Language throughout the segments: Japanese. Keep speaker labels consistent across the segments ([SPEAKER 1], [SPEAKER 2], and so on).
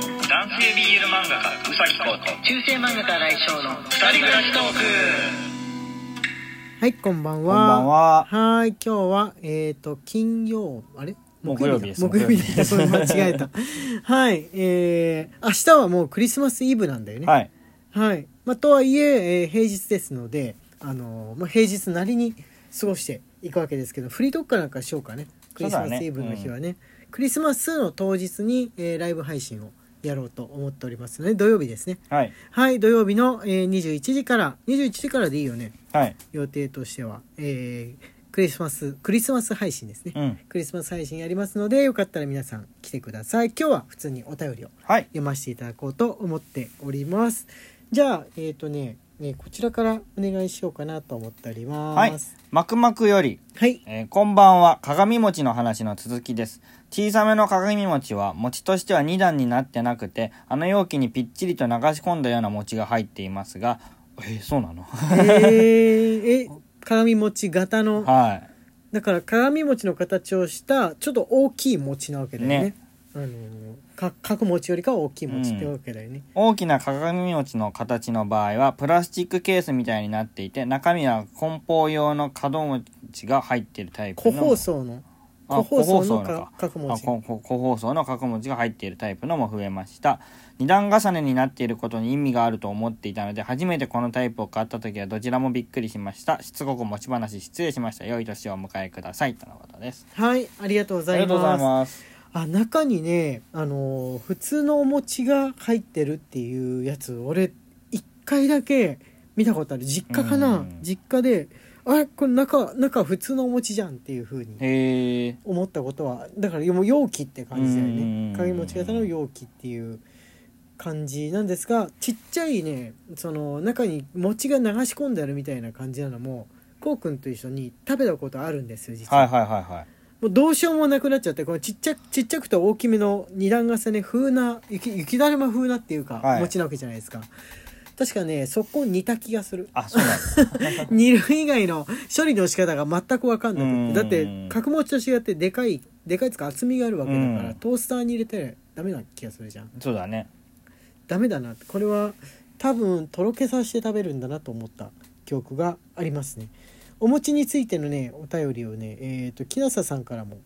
[SPEAKER 1] 系 BL 漫画家うさぎこと
[SPEAKER 2] 中世漫画家来翔の
[SPEAKER 1] 二人暮らしトーク
[SPEAKER 3] はい、こんばんは。
[SPEAKER 4] こんばんは
[SPEAKER 3] ーい、今日は、えっ、と、金曜、あれ
[SPEAKER 4] 木曜日です
[SPEAKER 3] 木曜日だ。
[SPEAKER 4] 木
[SPEAKER 3] そ
[SPEAKER 4] 曜
[SPEAKER 3] れ
[SPEAKER 4] 日
[SPEAKER 3] 間違えた。はい、えー、明日はもうクリスマスイブなんだよね。
[SPEAKER 4] はい。
[SPEAKER 3] はい。まあ、とはいええー平日ですので、あのーまあ、平日なりに過ごしていくわけですけど、フリートークかなんかしようかね。クリスマスイブの日はね。クリスマスの当日に、えーライブ配信をやろうと思っておりますので、土曜日ですね。
[SPEAKER 4] はい。
[SPEAKER 3] はい、土曜日の、えー、21時から、21時からでいいよね。
[SPEAKER 4] はい。
[SPEAKER 3] 予定としては、えークリスマスクリスマス配信ですね、
[SPEAKER 4] うん。
[SPEAKER 3] クリスマス配信やりますのでよかったら皆さん来てください今日は普通にお便りを
[SPEAKER 4] はい。
[SPEAKER 3] 読ませていただこうと思っておりますじゃあえっ、とねねこちらからお願いしようかなと思っており
[SPEAKER 4] は
[SPEAKER 3] ま
[SPEAKER 4] い
[SPEAKER 3] す。
[SPEAKER 4] まくまくより、
[SPEAKER 3] はい
[SPEAKER 4] えーこんばんは。鏡餅の話の続きです。小さめの鏡餅は、餅としては2段になってなくて、あの容器にぴっちりと流し込んだような餅が入っていますが、えーそう なの
[SPEAKER 3] えー、え鏡餅型の
[SPEAKER 4] は
[SPEAKER 3] だから鏡餅の形をしたちょっと大きい餅なわけだよね
[SPEAKER 4] ね
[SPEAKER 3] あのーか角餅よりかは大きい餅ってわけだよね
[SPEAKER 4] い。、大きな鏡餅の形の場合は、プラスチックケースみたいになっていて、中身は梱包用の角餅が入っているタイプ
[SPEAKER 3] 個
[SPEAKER 4] の。
[SPEAKER 3] 包装の
[SPEAKER 4] あ
[SPEAKER 3] 個包装の
[SPEAKER 4] 個包
[SPEAKER 3] か角
[SPEAKER 4] あ
[SPEAKER 3] 餅
[SPEAKER 4] ここ個包装の角文字が入っているタイプのも増えました二段重ねになっていることに意味があると思っていたので初めてこのタイプを買った時はどちらもびっくりしましたしつこく持ち話失礼しました良い年をお迎えくださいとのことです
[SPEAKER 3] はい、ありがとうご
[SPEAKER 4] あ
[SPEAKER 3] ざい
[SPEAKER 4] りがとうござ
[SPEAKER 3] ま
[SPEAKER 4] い
[SPEAKER 3] す。
[SPEAKER 4] ます
[SPEAKER 3] あ、中にね、あのー普通のお餅が入ってるっていうやつ、俺一回だけ見たことある。実家か
[SPEAKER 4] う
[SPEAKER 3] な、
[SPEAKER 4] ん
[SPEAKER 3] 実家で、あれこれ中中普通のお餅じゃんっていう風に
[SPEAKER 4] へえ
[SPEAKER 3] 思ったことは、だからもう容器って感じだよね
[SPEAKER 4] う。ん
[SPEAKER 3] 鏡餅型の容器っていう感じなんですが、ちっちゃいね、その中に餅が流し込んであるみたいな感じなのも、こうくんと一緒に食べたことあるんですよ、実は。
[SPEAKER 4] はいはいはいはい
[SPEAKER 3] もうどうしようもなくなっちゃってこのちっちゃくちっちゃくと大きめの二段重ね風な雪雪だるま風なっていうか、
[SPEAKER 4] はい
[SPEAKER 3] 餅なわけじゃないですか確かねそこ似た気がする
[SPEAKER 4] あそう なんだ
[SPEAKER 3] 煮る以外の処理の仕方が全く分かん
[SPEAKER 4] う
[SPEAKER 3] なんくてだって角餅と違ってでかいでかいつか厚みがあるわけだから、
[SPEAKER 4] うん
[SPEAKER 3] トースターに入れてダメな気がするじゃん
[SPEAKER 4] そうだね
[SPEAKER 3] ダメだなこれは多分とろけさせて食べるんだなと思った記憶がありますねお餅についてのねお便りをねえっ、と木下さんからも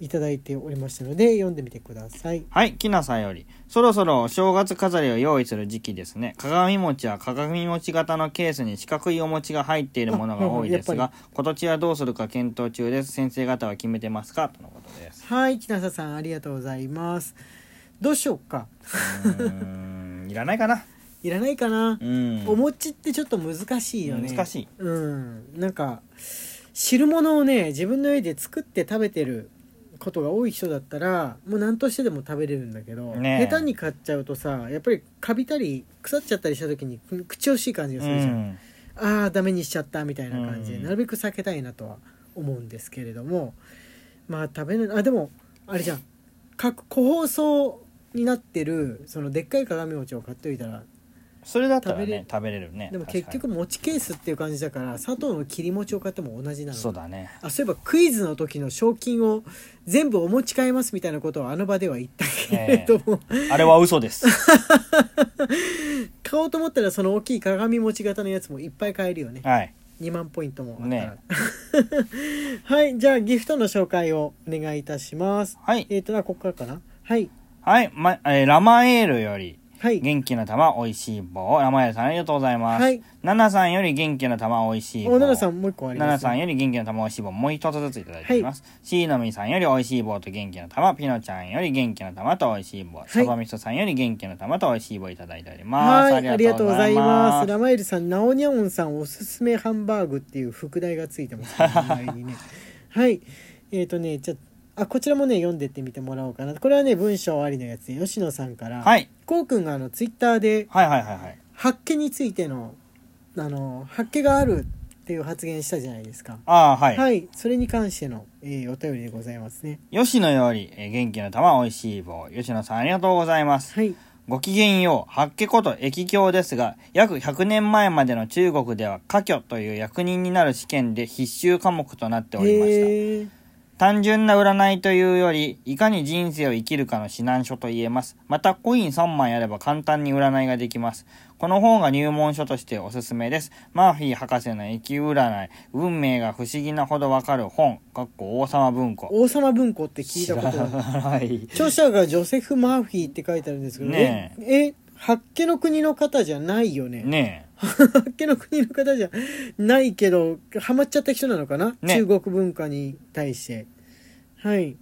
[SPEAKER 3] いただいておりましたので読んでみてください
[SPEAKER 4] はい、きなさんより。そろそろお正月飾りを用意する時期ですね。鏡餅は鏡餅型のケースに四角いお餅が入っているものが多いで す
[SPEAKER 3] あやっ
[SPEAKER 4] が、今年はどうするか検討中です。先生方は決めてますかとのことです。
[SPEAKER 3] はい木下さんありがとうございますどうしようか
[SPEAKER 4] うーん、いらないかな。
[SPEAKER 3] いらないかな
[SPEAKER 4] う、ん。
[SPEAKER 3] お餅ってちょっと難しいよね
[SPEAKER 4] 難しい
[SPEAKER 3] うんなんか汁物をね自分の家で作って食べてることが多い人だったらもう何としてでも食べれるんだけど、
[SPEAKER 4] ねえ
[SPEAKER 3] 下手に買っちゃうとさやっぱりカビたり腐っちゃったりした時にく口惜しい感じが
[SPEAKER 4] う
[SPEAKER 3] するじゃん、
[SPEAKER 4] ん。
[SPEAKER 3] ああダメにしちゃったみたいな感じで、
[SPEAKER 4] うん
[SPEAKER 3] なるべく避けたいなとは思うんですけれどもまあ食べないあでもあれじゃん各個包装になってるそのでっかい鏡餅を買っておいたら
[SPEAKER 4] それだったら
[SPEAKER 3] 食べ
[SPEAKER 4] ね
[SPEAKER 3] れ、
[SPEAKER 4] 食べれるね。
[SPEAKER 3] でも
[SPEAKER 4] 確
[SPEAKER 3] 結
[SPEAKER 4] かに
[SPEAKER 3] 局餅ケースっていう感じだから砂糖の切り餅を買っても同じなの
[SPEAKER 4] そうだね。
[SPEAKER 3] あそういえばクイズの時の賞金を全部お持ち帰えますみたいなことをあの場では言ったけれども、
[SPEAKER 4] あれは嘘です。
[SPEAKER 3] 買おうと思ったらその大きい鏡餅型のやつもいっぱい買えるよね
[SPEAKER 4] はい。
[SPEAKER 3] 2万ポイントもあったら、
[SPEAKER 4] ね
[SPEAKER 3] はいじゃあギフトの紹介をお願いいたします
[SPEAKER 4] はい。
[SPEAKER 3] えっ、となここからかなはい
[SPEAKER 4] はい、ま、えーラマエールより。
[SPEAKER 3] はい
[SPEAKER 4] 元気の玉、美味しい棒。ラマエールさんありがとうございます。
[SPEAKER 3] はい
[SPEAKER 4] ナナさんより元気の玉、美味しい棒。
[SPEAKER 3] お奈良さんもう一個あり
[SPEAKER 4] ナ
[SPEAKER 3] ま
[SPEAKER 4] ナ
[SPEAKER 3] す
[SPEAKER 4] さんより元気の玉おいしい棒もう一つずついただいています。シーノミさんよりおいしい棒と元気の玉、ピノちゃんより元気の玉とおいしい棒、サバミソさんより元気の玉とおいしい棒いただいております。
[SPEAKER 3] はいありがとうございます
[SPEAKER 4] あ
[SPEAKER 3] ラマエルさんナオニャオンさんおすすめハンバーグっていう副題がついて ますね名前にねはいえっ、とねじゃあこちらもね読んでってみてもらおうかなこれはね文章ありのやつで吉野さんから、
[SPEAKER 4] はい
[SPEAKER 3] こうくんがあのツイッターで
[SPEAKER 4] はいはいはいはい。
[SPEAKER 3] 発見についてのあの発見があるっていう発言したじゃないですか
[SPEAKER 4] ああ、はい。
[SPEAKER 3] はい、それに関しての、えーお便りでございますね。
[SPEAKER 4] 吉野よりえー元気の玉おいしい棒。吉野さんありがとうございます。
[SPEAKER 3] はい、
[SPEAKER 4] ごきげんよう、八家こと駅教ですが、約100年前までの中国では科挙という役人になる試験で必修科目となっておりました。
[SPEAKER 3] えー
[SPEAKER 4] 単純な占いというより、いかに人生を生きるかの指南書と言えます。また、コイン3枚あれば簡単に占いができます。この本が入門書としておすすめです。マーフィー博士の駅占い、運命が不思議なほどわかる本、かっこ王様文庫。
[SPEAKER 3] 王様文庫って聞いたことがある
[SPEAKER 4] はい。
[SPEAKER 3] 著者がジョセフ・マーフィーって書いてあるんですけど
[SPEAKER 4] ね
[SPEAKER 3] ええ八家の国の方じゃないよね
[SPEAKER 4] ね
[SPEAKER 3] 八家の国の方じゃないけどハマっちゃった人なのかな、
[SPEAKER 4] ね
[SPEAKER 3] 中国文化に対してはい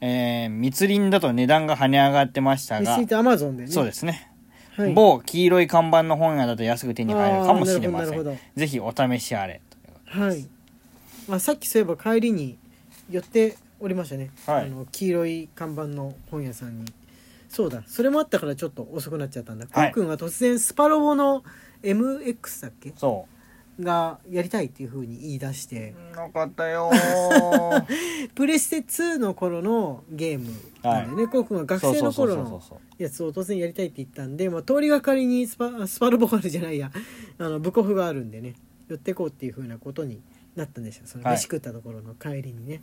[SPEAKER 4] え。えー、密林だと値段が跳ね上がってましたが
[SPEAKER 3] 続い、てアマゾンでね
[SPEAKER 4] そうですね。
[SPEAKER 3] はい、
[SPEAKER 4] 某黄色い看板の本屋だと安く手に入るかもしれま
[SPEAKER 3] あーな
[SPEAKER 4] せ
[SPEAKER 3] るほどなんるほ。
[SPEAKER 4] ぜひお試しあれ。
[SPEAKER 3] はい、まあ、さっきそういえば帰りに寄っておりましたね、
[SPEAKER 4] は
[SPEAKER 3] あ
[SPEAKER 4] い
[SPEAKER 3] の黄色い看板の本屋さんにそうだそれもあったからちょっと遅くなっちゃったんだ、
[SPEAKER 4] はい
[SPEAKER 3] くんが突然スパロボの MX だっけ
[SPEAKER 4] そ
[SPEAKER 3] がやりたいっていうふうに言い出して
[SPEAKER 4] う。なかったよー。
[SPEAKER 3] プレステ2の頃のゲームなんでね、こうくんは学生の頃の
[SPEAKER 4] そう
[SPEAKER 3] やつを突然やりたいって言ったんで、まあ、通りがかりにスパスパロボールじゃないやあのブコフがあるんでね寄ってこうっていうふうなことになったんですよその
[SPEAKER 4] はい
[SPEAKER 3] 飯食ったところの帰りにね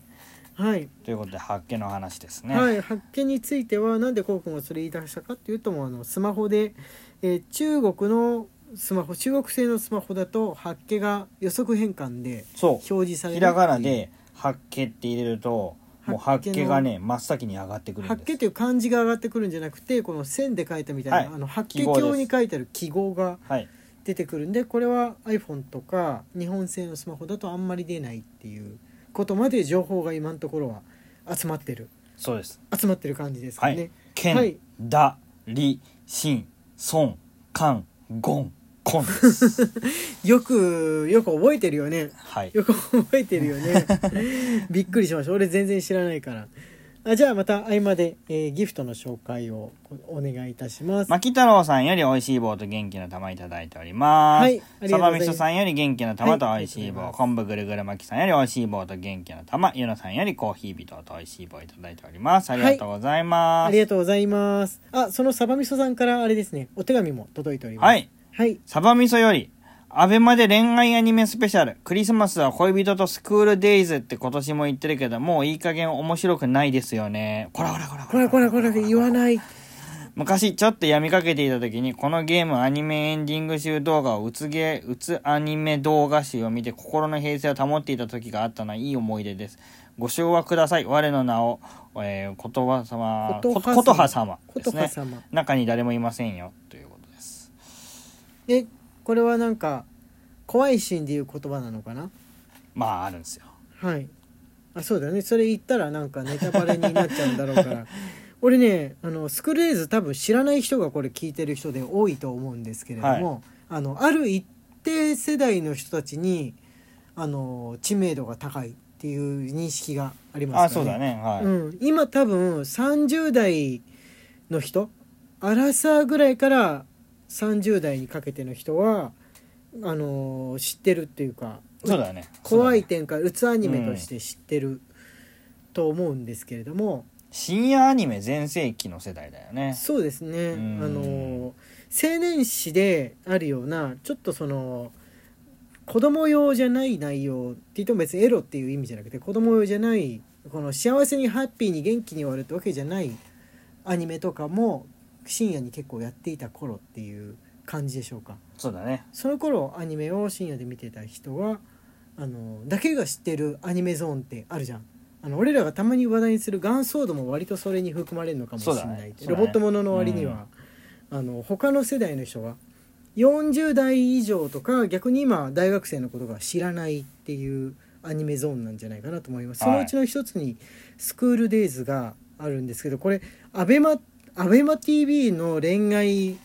[SPEAKER 3] はい、
[SPEAKER 4] ということで発見の話ですね、
[SPEAKER 3] はい、発見についてはなんでこうくんがそれ言い出したかっていうともうあのスマホで、えー中国のスマホ中国製のスマホだと発見が予測変換で
[SPEAKER 4] そ
[SPEAKER 3] 表示さ
[SPEAKER 4] う
[SPEAKER 3] れるっていう
[SPEAKER 4] ひらがなで「発見」って入れるともう
[SPEAKER 3] 発
[SPEAKER 4] 発
[SPEAKER 3] 見
[SPEAKER 4] 見がね真っ先に上がってくるん
[SPEAKER 3] 八
[SPEAKER 4] で
[SPEAKER 3] 景
[SPEAKER 4] す
[SPEAKER 3] という漢字が上がってくるんじゃなくてこの線で書いたみたいな、
[SPEAKER 4] はい
[SPEAKER 3] あの八景
[SPEAKER 4] 記号です
[SPEAKER 3] 鏡に書いてある記号が
[SPEAKER 4] はい
[SPEAKER 3] 出てくるんでこれは iPhone とか日本製のスマホだとあんまり出ないっていうことまで情報が今のところは集まってる
[SPEAKER 4] そうです
[SPEAKER 3] 集まってる感じですか
[SPEAKER 4] は
[SPEAKER 3] ね、
[SPEAKER 4] い「けん」
[SPEAKER 3] はい
[SPEAKER 4] だ」「り」「しん」「そん」「かん」「ごん」「こん」です
[SPEAKER 3] よくよく覚えてるよね
[SPEAKER 4] はい
[SPEAKER 3] よく覚えてるよね びっくりしました俺全然知らないからあじゃあまた合間で、えーギフトの紹介をお願いいたします、
[SPEAKER 4] 牧太郎さんより美味しい棒と元気の玉いただいております。
[SPEAKER 3] はいありがとうございま
[SPEAKER 4] サ
[SPEAKER 3] す
[SPEAKER 4] バミソさんより元気の玉と美味しい棒、
[SPEAKER 3] はい
[SPEAKER 4] 昆布ぐるぐる巻きさんより美味しい棒と元気の玉、ゆのさんよりコーヒービトと美味しい棒いただいております。ありがとうございま
[SPEAKER 3] あ
[SPEAKER 4] す
[SPEAKER 3] り。がとうございます。あ、そのサバ味噌さんからあれですね、お手紙も届いております。
[SPEAKER 4] はい。
[SPEAKER 3] はい。
[SPEAKER 4] サバ味噌より、アベマで恋愛アニメスペシャル、クリスマスは恋人とスクールデイズって今年も言ってるけど、もういい加減面白くないですよね。こらこらこら
[SPEAKER 3] こらこらこらで言わない。
[SPEAKER 4] 昔ちょっとやみかけていた時にこのゲームアニメエンディング集動画をうつゲーうつアニメ動画集を見て心の平静を保っていた時があったのはいい思い出ですご唱和ください我の名を、えー、言葉様
[SPEAKER 3] こと
[SPEAKER 4] こ
[SPEAKER 3] は様
[SPEAKER 4] とは様
[SPEAKER 3] こ
[SPEAKER 4] で
[SPEAKER 3] と
[SPEAKER 4] す
[SPEAKER 3] は
[SPEAKER 4] ね
[SPEAKER 3] 様。
[SPEAKER 4] 中に誰もいませんよということです
[SPEAKER 3] え、これはなんか、怖いシーンで言う言葉なのかな
[SPEAKER 4] まああるんですよ
[SPEAKER 3] はい。あ、そうだよね。それ言ったらなんかネタバレになっちゃうんだろう から。俺ね、あの、スクールデイズ多分知らない人がこれ聞いてる人で多いと思うんですけれども、あの、ある一定世代の人たちに、あの、知名度が高いっていう認識がありますから
[SPEAKER 4] あそうだねはい、
[SPEAKER 3] うん、今多分30代の人アラサーぐらいから30代にかけての人はあのー知ってるっていうか
[SPEAKER 4] そうだね
[SPEAKER 3] 怖い
[SPEAKER 4] そうだね
[SPEAKER 3] 展開うつアニメとして知ってると思うんですけれども、
[SPEAKER 4] 深夜アニメ全盛期の世代だよね
[SPEAKER 3] そうですね、
[SPEAKER 4] うん
[SPEAKER 3] あのー青年誌であるようなちょっとその子供用じゃない内容って言っても別にエロっていう意味じゃなくて子供用じゃないこの幸せにハッピーに元気に終わるってわけじゃないアニメとかも深夜に結構やっていた頃っていう感じでしょうか
[SPEAKER 4] そうだね
[SPEAKER 3] その頃アニメを深夜で見てた人はあのだけが知ってるアニメゾーンってあるじゃんあの俺らがたまに話題にするガンソードも割とそれに含まれるのかもしれ
[SPEAKER 4] そうだ
[SPEAKER 3] ない、
[SPEAKER 4] ねそうだ
[SPEAKER 3] ロ
[SPEAKER 4] ね
[SPEAKER 3] ボットものの割には、あの他の世代の人が40代以上とか逆に今大学生のことが知らないっていうアニメゾーンなんじゃないかなと思います、
[SPEAKER 4] はい
[SPEAKER 3] そのうちの一つに「スクールデイズがあるんですけどこれアベマアベマ t v の恋愛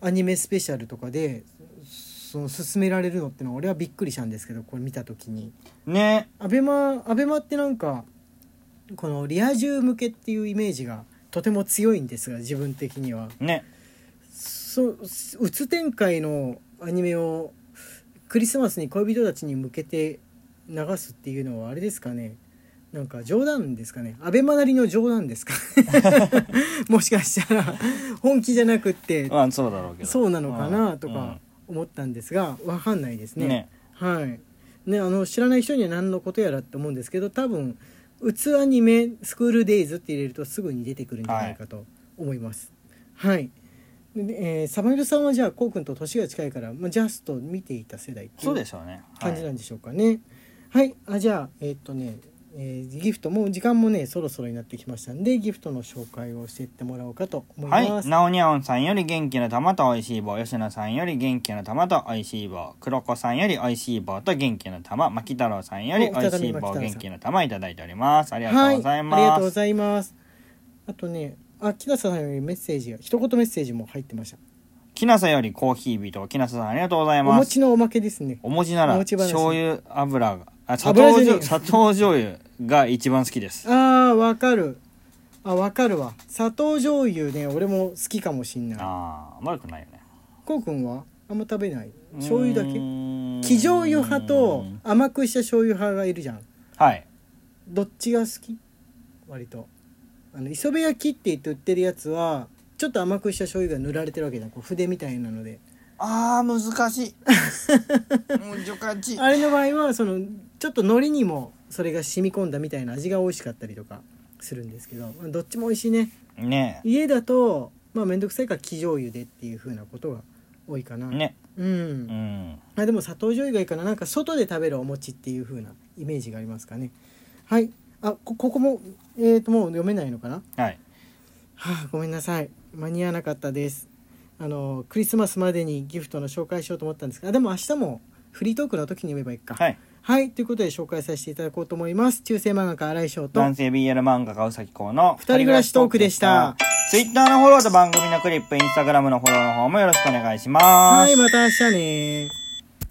[SPEAKER 3] アニメスペシャルとかでその勧められるのってのは俺はびっくりしたんですけどこれ見た時に
[SPEAKER 4] ね
[SPEAKER 3] アベマアベマってなんかこのリア充向けっていうイメージがとても強いんですが自分的には
[SPEAKER 4] ね
[SPEAKER 3] そううつ展開のアニメをクリスマスに恋人たちに向けて流すっていうのはあれですかねなんか冗談ですかねアベマなりの冗談ですか もしかしたら本気じゃなくって
[SPEAKER 4] まあそうだろうけど
[SPEAKER 3] そうなのかなと
[SPEAKER 4] うん
[SPEAKER 3] か思ったんですがわかんないです
[SPEAKER 4] うん
[SPEAKER 3] ね。
[SPEAKER 4] ね
[SPEAKER 3] はいね、あの知らない人には何のことやらって思うんですけど多分つアニメスクールデイズって入れるとすぐに出てくるんじゃないかと思いますはい、でえーサマエルさんはじゃあこうくんと年が近いから、まあ、ジャスト見ていた世代ってい
[SPEAKER 4] そう
[SPEAKER 3] う
[SPEAKER 4] でしょうね。はい
[SPEAKER 3] 感じなんでしょうかねはい、あじゃあえーっとね、えーギフトもう時間もねそろそろになってきましたんでギフトの紹介をしていってもらおうかと思い
[SPEAKER 4] は
[SPEAKER 3] ま
[SPEAKER 4] い。
[SPEAKER 3] す
[SPEAKER 4] なおにゃおんさんより元気の玉と美味しい棒。吉野さんより元気の玉と美味しい棒。黒子さんより美味しい棒と元気の玉。牧太郎さんより美味しい
[SPEAKER 3] お再び
[SPEAKER 4] 棒、
[SPEAKER 3] 牧太郎さん
[SPEAKER 4] 元気の玉いただいております。ありが
[SPEAKER 3] は
[SPEAKER 4] と
[SPEAKER 3] いう
[SPEAKER 4] ござい
[SPEAKER 3] ありが
[SPEAKER 4] ま
[SPEAKER 3] とうご
[SPEAKER 4] す。
[SPEAKER 3] ざいます。あとね、あ、木田さんよりメッセージが、一言メッセージも入ってました。
[SPEAKER 4] きなさよりコーヒー人。きなささんありがとうござい
[SPEAKER 3] お
[SPEAKER 4] ま
[SPEAKER 3] 餅
[SPEAKER 4] す。
[SPEAKER 3] のおまけですね。
[SPEAKER 4] お餅な
[SPEAKER 3] お
[SPEAKER 4] ら
[SPEAKER 3] 餅話
[SPEAKER 4] 醤油油が、あ、砂
[SPEAKER 3] 油
[SPEAKER 4] 糖
[SPEAKER 3] じゃねえ
[SPEAKER 4] 醤砂糖醤油が一番好きです。
[SPEAKER 3] あー、わかる。あ、わかるわ。砂糖醤油ね、俺も好きかもしんない。
[SPEAKER 4] ああ、悪くないよね。
[SPEAKER 3] こうくんはあんま食べない。醤油だけ
[SPEAKER 4] うーん
[SPEAKER 3] 生醤油派と甘くした醤油派がいるじゃん。
[SPEAKER 4] はい。
[SPEAKER 3] どっちが好き割と。あの、磯辺焼きって言って売ってるやつは、ちょっと甘くした醤油が塗られてるわけだ。こう筆みたいなので。
[SPEAKER 4] ああ、難しい。難しい。
[SPEAKER 3] あれの場合はそのちょっと海苔にもそれが染み込んだみたいな味が美味しかったりとかするんですけどまあどっちも美味しいね
[SPEAKER 4] ね
[SPEAKER 3] 家だとまあ面倒くさいから生醤油でっていう風なことが多いかな、
[SPEAKER 4] え。ね。
[SPEAKER 3] うん、
[SPEAKER 4] うん。
[SPEAKER 3] あでも砂糖醤油がいいかななんか外で食べるお餅っていう風なイメージがありますかねはいあこここもえー、ともう読めないのかな
[SPEAKER 4] はい。
[SPEAKER 3] はあ、ごめんなさい間に合わなかったですあのクリスマスまでにギフトの紹介しようと思ったんですがあでも明日もフリートークの時に読めばいいか
[SPEAKER 4] はい。
[SPEAKER 3] はい、ということで紹介させていただこうと思います。中世漫画家荒井翔と。
[SPEAKER 4] 男性 BL 漫画家うさきこうの二
[SPEAKER 3] 人暮らしトークでした。
[SPEAKER 4] ツイッターのフォローと番組のクリップ、インスタグラムのフォローの方もよろしくお願いします。
[SPEAKER 3] はい、また明日ね。